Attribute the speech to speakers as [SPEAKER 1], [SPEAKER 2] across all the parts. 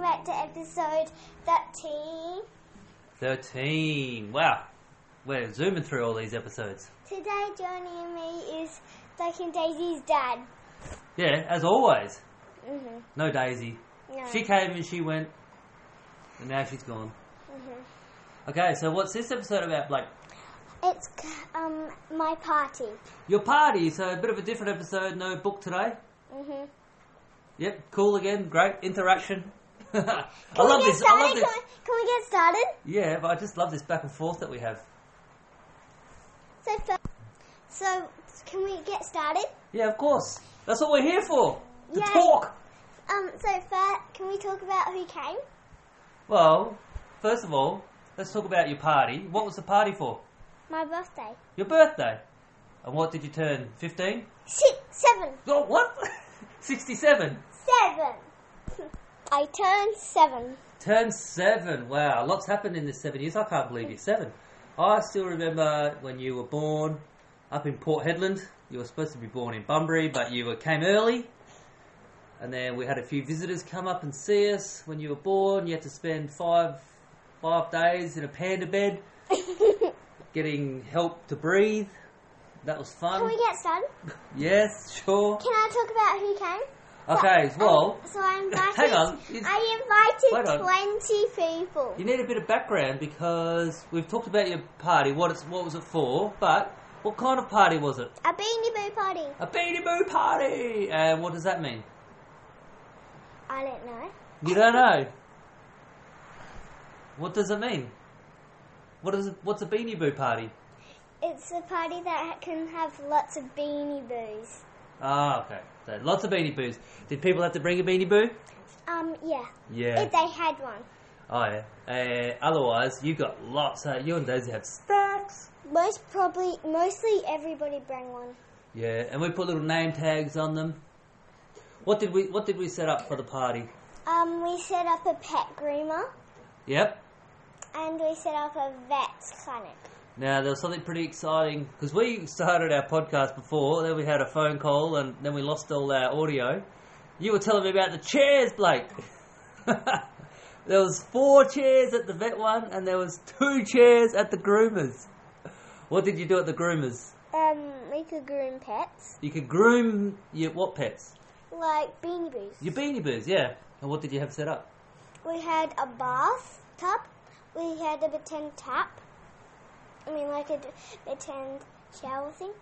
[SPEAKER 1] back to episode 13.
[SPEAKER 2] 13. Wow. We're zooming through all these episodes.
[SPEAKER 1] Today, Johnny and me is Duck and Daisy's dad.
[SPEAKER 2] Yeah, as always.
[SPEAKER 1] hmm
[SPEAKER 2] No Daisy.
[SPEAKER 1] No.
[SPEAKER 2] She came and she went, and now she's gone.
[SPEAKER 1] Mhm.
[SPEAKER 2] Okay, so what's this episode about, Blake?
[SPEAKER 1] It's c- um my party.
[SPEAKER 2] Your party, so a bit of a different episode, no book today.
[SPEAKER 1] hmm
[SPEAKER 2] Yep, cool again, great interaction. I love this, I love
[SPEAKER 1] Started?
[SPEAKER 2] this.
[SPEAKER 1] Can, we, can we get started?
[SPEAKER 2] Yeah, but I just love this back and forth that we have.
[SPEAKER 1] So, fir- so can we get started?
[SPEAKER 2] Yeah, of course. That's what we're here for. To
[SPEAKER 1] Yay.
[SPEAKER 2] talk.
[SPEAKER 1] Um, so first, can we talk about who came?
[SPEAKER 2] Well, first of all, let's talk about your party. What was the party for?
[SPEAKER 1] My birthday.
[SPEAKER 2] Your birthday. And what did you turn? 15?
[SPEAKER 1] Six, seven,
[SPEAKER 2] Oh, what? 67.
[SPEAKER 1] seven. I turned seven.
[SPEAKER 2] Turned 7. Wow, lots happened in this 7 years. I can't believe you're 7. I still remember when you were born up in Port Hedland. You were supposed to be born in Bunbury, but you were, came early. And then we had a few visitors come up and see us when you were born. You had to spend five, five days in a panda bed getting help to breathe. That was
[SPEAKER 1] Can
[SPEAKER 2] fun.
[SPEAKER 1] we get started?
[SPEAKER 2] yes, sure.
[SPEAKER 1] Can I talk about who came?
[SPEAKER 2] Okay,
[SPEAKER 1] Oh,
[SPEAKER 2] well,
[SPEAKER 1] So I invited.
[SPEAKER 2] Hang on, is-
[SPEAKER 1] I
[SPEAKER 2] Wait
[SPEAKER 1] invited
[SPEAKER 2] on.
[SPEAKER 1] twenty people.
[SPEAKER 2] You need a bit of background because we've talked about your party, what it's what was it for, but what kind of party was it?
[SPEAKER 1] A beanie boo party.
[SPEAKER 2] A Beanie Boo party! And what does that mean?
[SPEAKER 1] I don't know.
[SPEAKER 2] You don't know. What does it mean? What is what's a Beanie Boo party?
[SPEAKER 1] It's a party that ha- can have lots of beanie boos.
[SPEAKER 2] Ah, okay. So lots of Beanie Boos. Did people have to bring a Beanie Boo?
[SPEAKER 1] Um, yeah.
[SPEAKER 2] Yeah.
[SPEAKER 1] If they had one.
[SPEAKER 2] Oh yeah. Uh, otherwise, you got lots. Uh, you and Daisy have stacks.
[SPEAKER 1] Most probably, mostly everybody bring one.
[SPEAKER 2] Yeah, and we put little name tags on them. What did we What did we set up for the party?
[SPEAKER 1] Um, we set up a pet groomer
[SPEAKER 2] Yep.
[SPEAKER 1] and we set up a vet clinic.
[SPEAKER 2] Now there was something pretty exciting because we started our podcast before. Then we had a phone call, and then we lost all our audio. You were telling me about the chairs, Blake. there was four chairs at the vet one, and there was two chairs at the groomers. What did you do at the groomers?
[SPEAKER 1] Um, we could groom pets
[SPEAKER 2] You could groom your what pets?
[SPEAKER 1] like beanie boos.
[SPEAKER 2] Your beanie boos, yeah. And what did you have set up?
[SPEAKER 1] We had a bath tub. We had a pretend tap. I mean, like a d- pretend shower thing.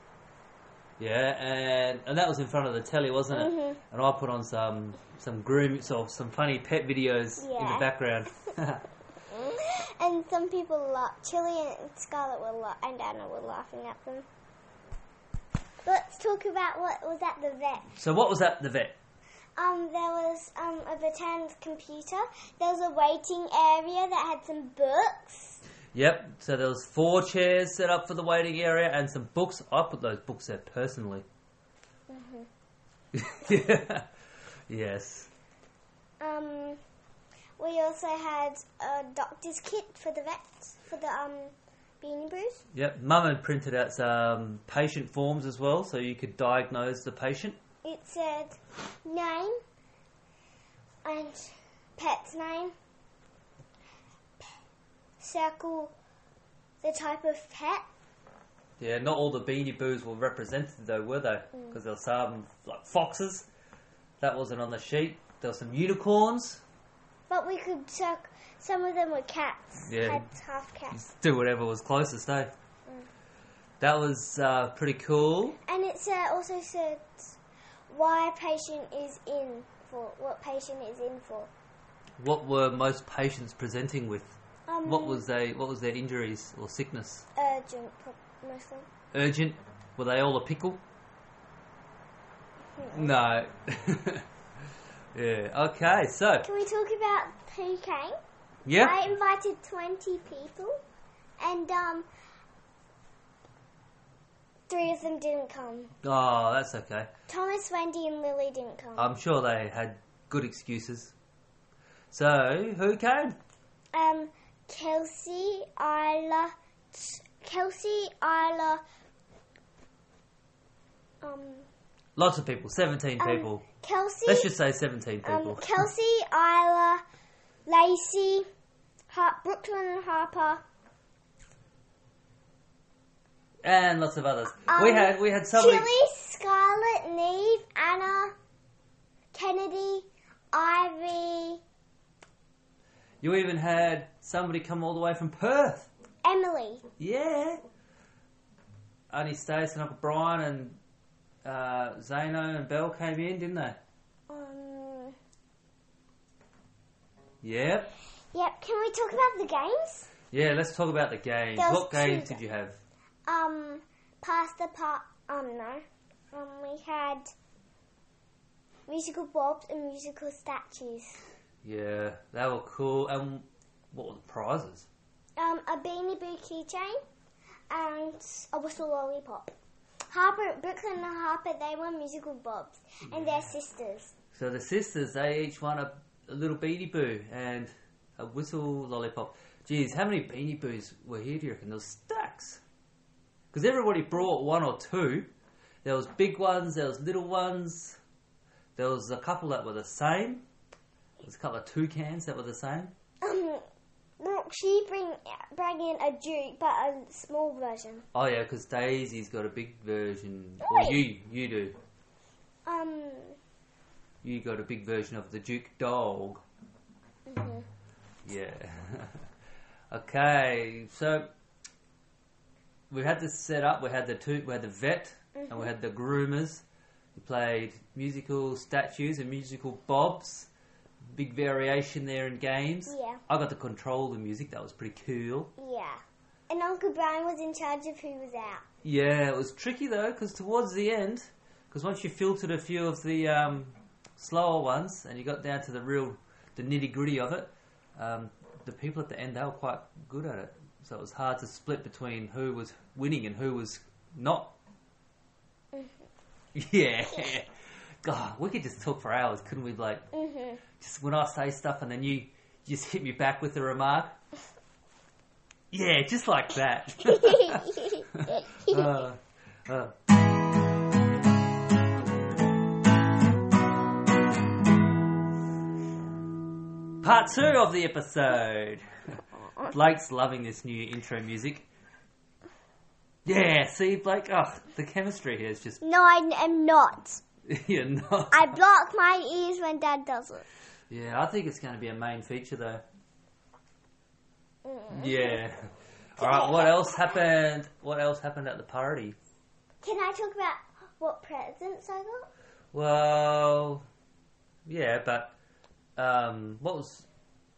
[SPEAKER 2] Yeah, and and that was in front of the telly, wasn't it?
[SPEAKER 1] Mhm.
[SPEAKER 2] And I put on some some groom, so some funny pet videos in the
[SPEAKER 1] Yeah.
[SPEAKER 2] background.
[SPEAKER 1] And some people laughed. Chili and Scarlett were la- and Anna were laughing at them. Let's talk about what was at the vet.
[SPEAKER 2] so what was at the vet?
[SPEAKER 1] Um, there was um, a pretend computer. There was a waiting area that had some books.
[SPEAKER 2] Yep. So there was four chairs set up for the waiting area and some books. I put those books there personally. yeah. Yes.
[SPEAKER 1] Um, we also had a doctor's kit for the vets for the um, beanie boos.
[SPEAKER 2] Yep. Mum had printed out some patient forms as well, so you could diagnose the patient.
[SPEAKER 1] It said name and pet's name, circle the type of pet.
[SPEAKER 2] Yeah. Not all the Beanie Boos were represented though, were they? Because there were some like foxes. That wasn't on the sheet. There were some unicorns.
[SPEAKER 1] But we could circ some of them were cats.
[SPEAKER 2] Yeah.
[SPEAKER 1] Had half cats.
[SPEAKER 2] Do whatever was closest, eh? That was uh, pretty cool.
[SPEAKER 1] And it said, also said why a patient is in for, what patient is in for.
[SPEAKER 2] What were most patients presenting with?
[SPEAKER 1] Um,
[SPEAKER 2] What was they? What was their injuries or sickness?
[SPEAKER 1] urgent, pro- mostly?
[SPEAKER 2] Urgent? Were they all a pickle? No. yeah. Okay. So.
[SPEAKER 1] Can we talk about who came? I
[SPEAKER 2] Yeah.
[SPEAKER 1] invited 20 people, and um, three of them didn't come.
[SPEAKER 2] Oh, that's okay.
[SPEAKER 1] Thomas, Wendy, and Lily didn't come.
[SPEAKER 2] I'm sure they had good excuses. So who came?
[SPEAKER 1] Um, Kelsey, Isla, Kelsey, Isla, um,
[SPEAKER 2] Lots of people. Seventeen
[SPEAKER 1] um,
[SPEAKER 2] people.
[SPEAKER 1] Kelsey,
[SPEAKER 2] Let's just say seventeen
[SPEAKER 1] um,
[SPEAKER 2] people.
[SPEAKER 1] Kelsey, Isla, Lacey, Har- Brooklyn and Harper.
[SPEAKER 2] and lots of others.
[SPEAKER 1] Um,
[SPEAKER 2] we had we had so many.
[SPEAKER 1] Chili, Scarlet, Neve, Anna, Kennedy, Ivy,
[SPEAKER 2] You even had somebody come all the way from Perth.
[SPEAKER 1] Emily.
[SPEAKER 2] Yeah. Anastasia and Uncle Brian and uh, Zano and Bell came in, didn't they?
[SPEAKER 1] Um,
[SPEAKER 2] Yep.
[SPEAKER 1] yep, can we talk about the games?
[SPEAKER 2] Yeah, let's talk about the games.
[SPEAKER 1] There was
[SPEAKER 2] What games
[SPEAKER 1] two
[SPEAKER 2] did you have?
[SPEAKER 1] Um, past the part, um, no. Um, we had musical bobs and musical statues.
[SPEAKER 2] Yeah, they were cool. And what were the prizes?
[SPEAKER 1] Um, a Beanie Boo keychain and a whistle lollipop. Harper, Brooklyn and Harper, they were musical bobs and they're sisters.
[SPEAKER 2] So the sisters, they each won a, a little beanie boo and a whistle lollipop. Geez, how many beanie boos were here? Do you reckon there was stacks? Because everybody brought one or two. There was big ones. There was little ones. There was a couple that were the same. There was a couple of toucans that were the same.
[SPEAKER 1] Um, look, she bring bring in a Duke, but a small version.
[SPEAKER 2] Oh yeah, because Daisy's got a big version.
[SPEAKER 1] Oi.
[SPEAKER 2] Or you, you do.
[SPEAKER 1] Um,
[SPEAKER 2] You got a big version of the Duke Dog.
[SPEAKER 1] mhm.
[SPEAKER 2] Yeah. okay, so we had this set up. We had the two, we had the vet, and we had the groomers. We played musical statues and musical bobs. Big variation there in games.
[SPEAKER 1] Yeah.
[SPEAKER 2] I got to control the music. That was pretty cool.
[SPEAKER 1] yeah. And Uncle Brian was in charge of who was out.
[SPEAKER 2] Yeah, it was tricky though, because towards the end, because once you filtered a few of the um, slower ones and you got down to the real, the nitty gritty of it, um, the people at the end they were quite good at it, so it was hard to split between who was winning and who was not. Yeah, God, we could just talk for hours, couldn't we? Like,
[SPEAKER 1] Mhm.
[SPEAKER 2] just when I say stuff and then you just hit me back with a remark. Yeah, just like that. Uh, uh. Part two of the episode. Blake's loving this new intro music. Yeah, see, Blake. Oh, the chemistry here is just.
[SPEAKER 1] no, I am not.
[SPEAKER 2] You're not.
[SPEAKER 1] I block my ears when Dad does it.
[SPEAKER 2] Yeah, I think it's going to be a main feature though.
[SPEAKER 1] Mm.
[SPEAKER 2] Yeah. All right. What else happened? What else happened at the party?
[SPEAKER 1] Can I talk about what presents I got?
[SPEAKER 2] Well, yeah, but um, what was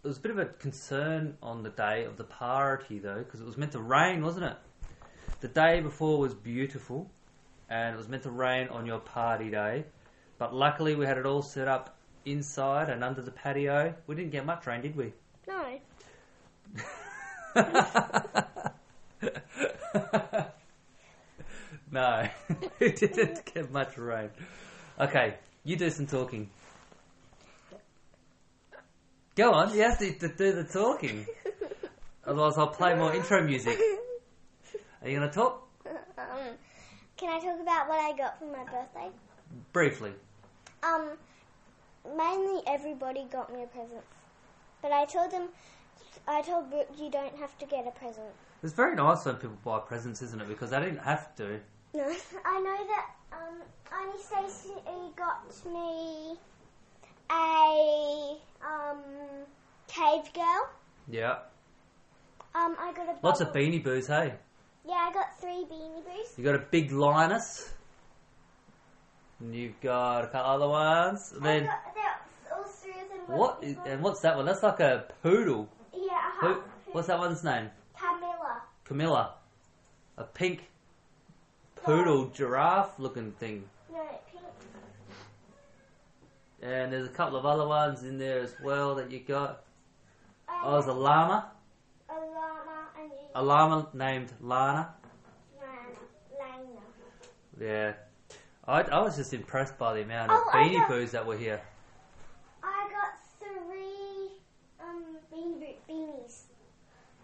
[SPEAKER 2] it was a bit of a concern on the day of the party though, because it was meant to rain, wasn't it? The day before was beautiful, and it was meant to rain on your party day, but luckily we had it all set up inside and under the patio. We didn't get much rain, did we?
[SPEAKER 1] No.
[SPEAKER 2] no, it didn't get much rain. Okay, you do some talking. Go on, you have to, to do the talking. Otherwise, I'll play more intro music. Are you going to talk?
[SPEAKER 1] um, can I talk about what I got for my birthday?
[SPEAKER 2] Briefly.
[SPEAKER 1] Um, mainly everybody got me a present, but I told them, I told Brooke, you don't have to get a present.
[SPEAKER 2] It's very nice when people buy presents, isn't it? Because they didn't have to.
[SPEAKER 1] No, I know that. Um, Annie Stacey got me a um cave girl.
[SPEAKER 2] Yeah.
[SPEAKER 1] Um, I got a
[SPEAKER 2] Lots of
[SPEAKER 1] bubble-
[SPEAKER 2] beanie boos, hey?
[SPEAKER 1] Yeah, I got three beanie boos.
[SPEAKER 2] You got a big Linus. And you've got a couple other ones. And
[SPEAKER 1] I
[SPEAKER 2] then
[SPEAKER 1] got that all three of them. were
[SPEAKER 2] what? Is,
[SPEAKER 1] people.
[SPEAKER 2] and what's that one? That's like a poodle.
[SPEAKER 1] Yeah, uh-huh.
[SPEAKER 2] Who, what's that one's name?
[SPEAKER 1] Camilla.
[SPEAKER 2] Camilla. A pink poodle giraffe-looking thing.
[SPEAKER 1] No, pink.
[SPEAKER 2] And there's a couple of other ones in there as well that you got.
[SPEAKER 1] Um,
[SPEAKER 2] Oh, there's a llama.
[SPEAKER 1] a llama and a
[SPEAKER 2] A llama named Lana.
[SPEAKER 1] lion. lion.
[SPEAKER 2] Yeah. I, I was just impressed by the amount of
[SPEAKER 1] Oh, I
[SPEAKER 2] beanie
[SPEAKER 1] got-
[SPEAKER 2] boos that were here.
[SPEAKER 1] I got three um beanie boot beanies.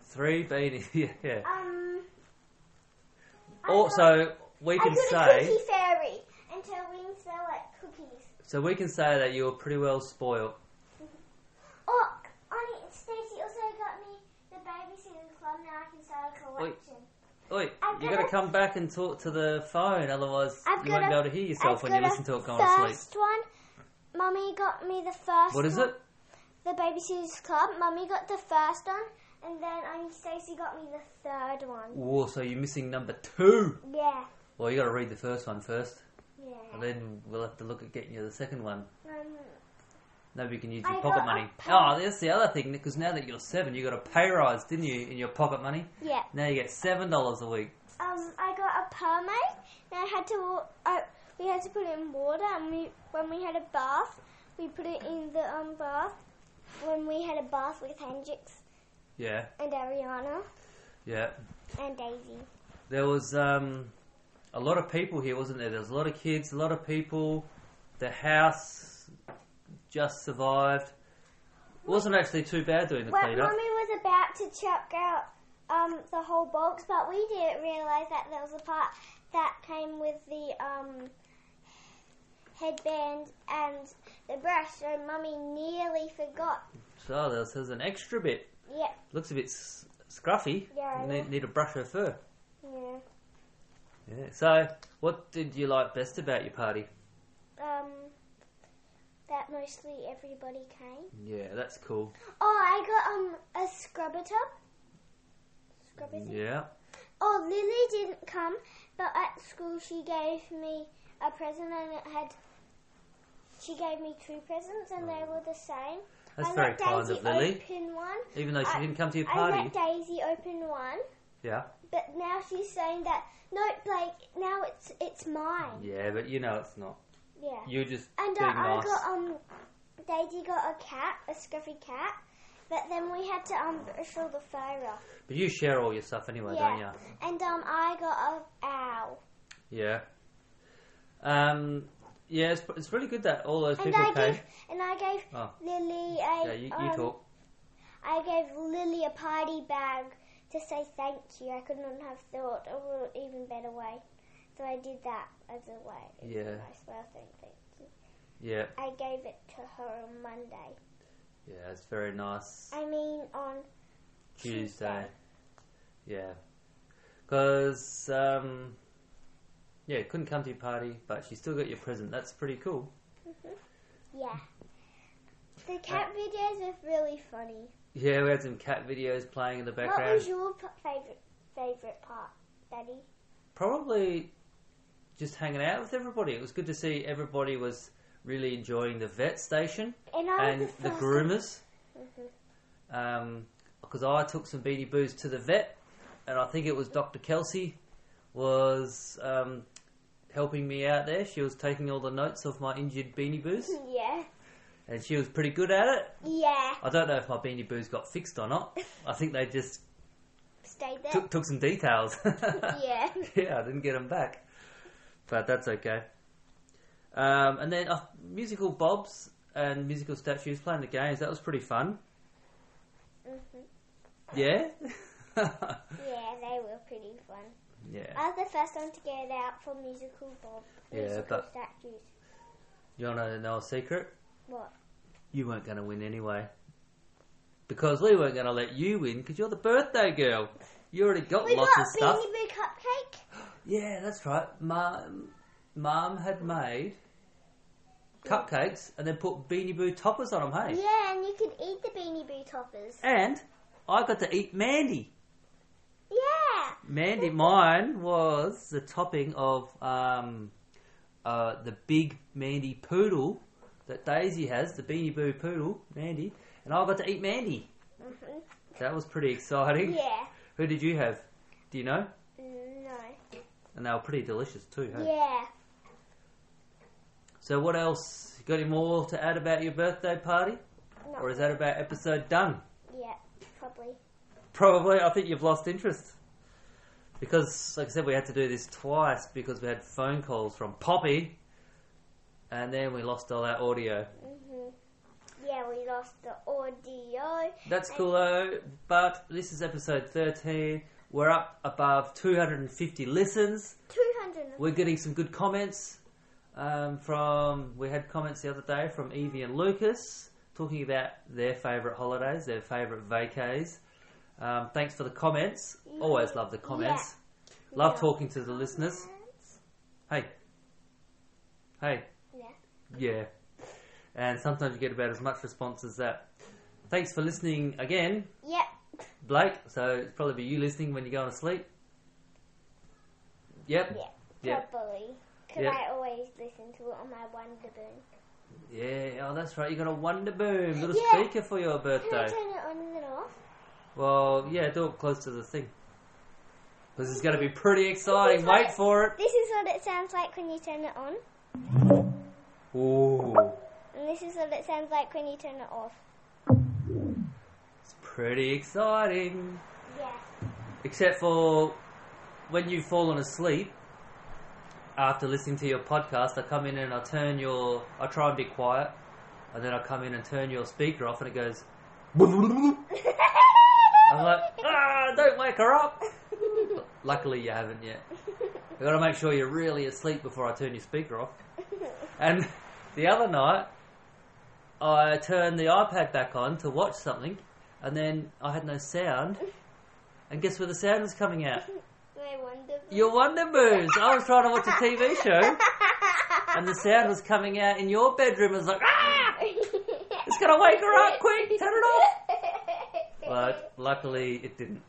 [SPEAKER 2] Three beanies. Yeah. yeah.
[SPEAKER 1] Um. I got-
[SPEAKER 2] Also, we Oh,
[SPEAKER 1] I
[SPEAKER 2] can
[SPEAKER 1] got a
[SPEAKER 2] say.
[SPEAKER 1] cookie fairy, and her wings are like cookies.
[SPEAKER 2] So we can say that you were pretty well spoilt.
[SPEAKER 1] Oh, Annie direction.
[SPEAKER 2] Oi,
[SPEAKER 1] I've
[SPEAKER 2] you
[SPEAKER 1] got
[SPEAKER 2] got to
[SPEAKER 1] a-
[SPEAKER 2] come back and talk to the phone, otherwise
[SPEAKER 1] I've
[SPEAKER 2] you
[SPEAKER 1] got
[SPEAKER 2] won't be
[SPEAKER 1] a-
[SPEAKER 2] able to hear yourself when you listen to it going to
[SPEAKER 1] first
[SPEAKER 2] sleep.
[SPEAKER 1] one. Mummy got me the first
[SPEAKER 2] What is
[SPEAKER 1] one.
[SPEAKER 2] it?
[SPEAKER 1] The Baby Shoes Club. Mummy got the first one, and then Auntie Stacey got me the third one.
[SPEAKER 2] Oh, so you're missing number two.
[SPEAKER 1] Yeah.
[SPEAKER 2] Well, you got to read the first one first, and
[SPEAKER 1] Yeah.
[SPEAKER 2] then we'll have to look at getting you the second one.
[SPEAKER 1] Um,
[SPEAKER 2] Nobody can use your
[SPEAKER 1] I
[SPEAKER 2] pocket
[SPEAKER 1] got a
[SPEAKER 2] money.
[SPEAKER 1] pay-
[SPEAKER 2] Oh, that's the other thing, because now that you're seven, you got a pay rise, didn't you, in your pocket money?
[SPEAKER 1] yeah.
[SPEAKER 2] Now you get seven dollars a week.
[SPEAKER 1] Um, I got a pomade, and I had to. wa- I, we had to put it in water, and we when we had a bath, we put it in the um bath. When we had a bath with Hendrix
[SPEAKER 2] Yeah,
[SPEAKER 1] and Ariana
[SPEAKER 2] yeah.
[SPEAKER 1] and Daisy.
[SPEAKER 2] There was um, a lot of people here, wasn't there? There was a lot of kids, a lot of people. The house just survived. It wasn't actually too bad doing the
[SPEAKER 1] Well,
[SPEAKER 2] cleanup.
[SPEAKER 1] Mummy was about to chuck out um, the whole box, but we didn't realise that there was a part that came with the um, headband and the brush, so Mummy nearly forgot.
[SPEAKER 2] So there's, there's an extra bit.
[SPEAKER 1] Yep.
[SPEAKER 2] Looks a bit s- scruffy.
[SPEAKER 1] Yeah, I
[SPEAKER 2] Need,
[SPEAKER 1] know.
[SPEAKER 2] need to brush her fur.
[SPEAKER 1] Yeah.
[SPEAKER 2] Yeah. So, what did you like best about your party?
[SPEAKER 1] Um, that mostly everybody came.
[SPEAKER 2] Yeah, that's cool.
[SPEAKER 1] Oh, I got um a scrubber top. Scrubber top.
[SPEAKER 2] Yeah.
[SPEAKER 1] Oh, Lily didn't come, but at school she gave me a present and it had. She gave me two presents and they were the same.
[SPEAKER 2] Oh. That's
[SPEAKER 1] I
[SPEAKER 2] very
[SPEAKER 1] let
[SPEAKER 2] kind
[SPEAKER 1] Daisy
[SPEAKER 2] of Lily.
[SPEAKER 1] open one.
[SPEAKER 2] Even though she
[SPEAKER 1] I-
[SPEAKER 2] didn't come to your
[SPEAKER 1] I
[SPEAKER 2] party.
[SPEAKER 1] let Daisy open one,
[SPEAKER 2] Yeah.
[SPEAKER 1] but now she's saying that no, Blake. Now it's it's mine.
[SPEAKER 2] Yeah, but you know it's not.
[SPEAKER 1] Yeah.
[SPEAKER 2] You're just
[SPEAKER 1] And uh,
[SPEAKER 2] being
[SPEAKER 1] I
[SPEAKER 2] nice.
[SPEAKER 1] got um, Daisy got a cat, a scruffy cat, but then we had to um brush all the fur off.
[SPEAKER 2] But you share all your stuff anyway, don't
[SPEAKER 1] yeah.
[SPEAKER 2] you?
[SPEAKER 1] And um, I got a owl.
[SPEAKER 2] Yeah. Um. Yeah, it's, it's really good that all those
[SPEAKER 1] And
[SPEAKER 2] people
[SPEAKER 1] I
[SPEAKER 2] came.
[SPEAKER 1] gave and I gave
[SPEAKER 2] Oh.
[SPEAKER 1] Lily a
[SPEAKER 2] Yeah, you, you
[SPEAKER 1] um,
[SPEAKER 2] talk.
[SPEAKER 1] I gave Lily a party bag to say thank you. I could not have thought of an even better way, so I did that as a way. as a
[SPEAKER 2] Yeah.
[SPEAKER 1] nice way of saying thank you.
[SPEAKER 2] Yeah,
[SPEAKER 1] I gave it to her on Monday.
[SPEAKER 2] yeah, it's very nice.
[SPEAKER 1] I mean on
[SPEAKER 2] Tuesday. Yeah. Because, um, yeah, couldn't come to your party, but she still got your present. That's pretty cool.
[SPEAKER 1] Yeah. The cat videos are really funny.
[SPEAKER 2] Yeah, we had some cat videos playing in the
[SPEAKER 1] What
[SPEAKER 2] background.
[SPEAKER 1] was your p- favorite favorite part, Daddy?
[SPEAKER 2] Probably just hanging out with everybody. It was good to see everybody was really enjoying the vet station
[SPEAKER 1] And I
[SPEAKER 2] and
[SPEAKER 1] was the,
[SPEAKER 2] the
[SPEAKER 1] first
[SPEAKER 2] groomers.
[SPEAKER 1] Mhm.
[SPEAKER 2] Because I took some beanie boos to the vet, and I think it was Dr. Kelsey was um, helping me out there. She was taking all the notes of my injured beanie boos,
[SPEAKER 1] one. Yeah. Mm-hmm.
[SPEAKER 2] and she was pretty good at it.
[SPEAKER 1] Yeah.
[SPEAKER 2] I don't know if my beanie boos got fixed or not. I think they just
[SPEAKER 1] Stayed there.
[SPEAKER 2] took, took some details.
[SPEAKER 1] yeah.
[SPEAKER 2] yeah, I didn't get them back, but that's okay. Um, and then uh, musical bobs and musical statues playing the games. That was pretty fun.
[SPEAKER 1] hmm
[SPEAKER 2] Yeah.
[SPEAKER 1] Yeah, they were pretty fun.
[SPEAKER 2] yeah.
[SPEAKER 1] I was the first one to get out for musical bob
[SPEAKER 2] Yeah,
[SPEAKER 1] musical
[SPEAKER 2] but-
[SPEAKER 1] statues.
[SPEAKER 2] You wanna know a secret?
[SPEAKER 1] What?
[SPEAKER 2] You weren't gonna win anyway. Because we weren't gonna let you win because you're the birthday girl. You already got
[SPEAKER 1] We
[SPEAKER 2] lots
[SPEAKER 1] got
[SPEAKER 2] of stuff.
[SPEAKER 1] Beanie Boo cupcake.
[SPEAKER 2] Yeah, that's right. Mum, mum had made cupcakes and then put Beanie Boo toppers on them. Hey.
[SPEAKER 1] Yeah, and you could eat the Beanie Boo toppers.
[SPEAKER 2] And I got to eat Mandy.
[SPEAKER 1] Yeah.
[SPEAKER 2] Mandy, mine was the topping of um, uh, the big Mandy poodle that Daisy has, the Beanie Boo poodle, Mandy, and I got to eat Mandy.
[SPEAKER 1] hmm
[SPEAKER 2] That was pretty exciting.
[SPEAKER 1] Yeah. Mm,
[SPEAKER 2] Who did you have? Do you know?
[SPEAKER 1] No.
[SPEAKER 2] And they were pretty delicious too. Hey?
[SPEAKER 1] Yeah.
[SPEAKER 2] So what else? You got any more to add about your birthday party,
[SPEAKER 1] No.
[SPEAKER 2] or is that about episode done?
[SPEAKER 1] Yeah, probably.
[SPEAKER 2] Probably. I think you've lost interest. Because, like I said, we had to do this twice because we had phone calls from Poppy and then we lost all our audio.
[SPEAKER 1] hmm Yeah, we lost the audio.
[SPEAKER 2] That's cool though, but this is episode 13. We're up above 250 listens.
[SPEAKER 1] 200.
[SPEAKER 2] We're getting some good comments um, from. We had comments the other day from Evie and Lucas talking about their favourite holidays, their favourite vacays. Um, thanks for the comments. Always love the comments. Love
[SPEAKER 1] Yeah.
[SPEAKER 2] talking to the listeners. Hey. Hey.
[SPEAKER 1] Yeah.
[SPEAKER 2] Yeah. And sometimes you get about as much response as that. Thanks for listening again,
[SPEAKER 1] Yep.
[SPEAKER 2] Blake. So it's probably be you listening when you're going to sleep. Yep.
[SPEAKER 1] Yep.
[SPEAKER 2] Yeah.
[SPEAKER 1] Probably. Because
[SPEAKER 2] Yeah.
[SPEAKER 1] I always listen to it on my Wonder Boom.
[SPEAKER 2] Yeah, oh, that's right. You got a Wonder Boom little
[SPEAKER 1] Yeah.
[SPEAKER 2] speaker for
[SPEAKER 1] Can
[SPEAKER 2] your
[SPEAKER 1] I
[SPEAKER 2] birthday.
[SPEAKER 1] turn it on and then off?
[SPEAKER 2] Well, yeah, do it close to the thing. This is going to be pretty exciting. Wait for it.
[SPEAKER 1] This is what it sounds like when you turn it on,
[SPEAKER 2] Ooh,
[SPEAKER 1] and this is what it sounds like when you turn it off.
[SPEAKER 2] it's pretty exciting.
[SPEAKER 1] Yeah.
[SPEAKER 2] Except for when you've fallen asleep after listening to your podcast, I come in and I turn your. I try and be quiet, and then I come in and turn your speaker off, and it goes. I'm like, ah, don't wake her up. Luckily, you haven't yet. I got to make sure you're really asleep before I turn your speaker off. And the other night, I turned the iPad back on to watch something, and then I had no sound. And guess where the sound was coming out?
[SPEAKER 1] My Wonder Boom.
[SPEAKER 2] Your Wonder Booms. I was trying to watch a TV show, and the sound was coming out in your bedroom. It was like, ah! It's gonna wake her up quick! Turn it off! But luckily, it didn't.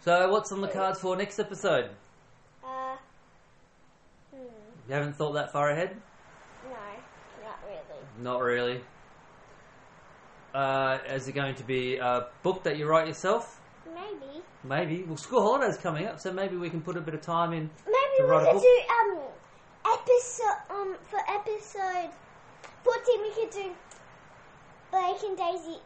[SPEAKER 2] So, what's on the cards for next episode?
[SPEAKER 1] uh, hmm,
[SPEAKER 2] You haven't thought that far ahead?
[SPEAKER 1] no, not really.
[SPEAKER 2] Not really. Uh, is it going to be a book that you write yourself?
[SPEAKER 1] Maybe.
[SPEAKER 2] Maybe. Well, school holidays coming up, so maybe we can put a bit of time in.
[SPEAKER 1] Maybe
[SPEAKER 2] To
[SPEAKER 1] we
[SPEAKER 2] write a
[SPEAKER 1] could
[SPEAKER 2] book?
[SPEAKER 1] do um episode um for episode fourteen we could do Blake and Daisy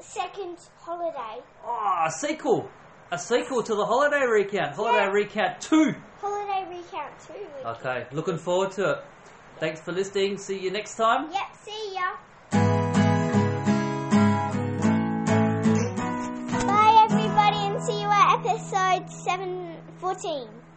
[SPEAKER 1] second holiday.
[SPEAKER 2] Ah, a sequel! A sequel to the holiday recount. Holiday
[SPEAKER 1] Yeah.
[SPEAKER 2] recount two.
[SPEAKER 1] Holiday recount too. We
[SPEAKER 2] Okay, looking forward to it. Thanks for listening. See you next time.
[SPEAKER 1] Yep, see ya. Bye everybody and see you at episode seven fourteen.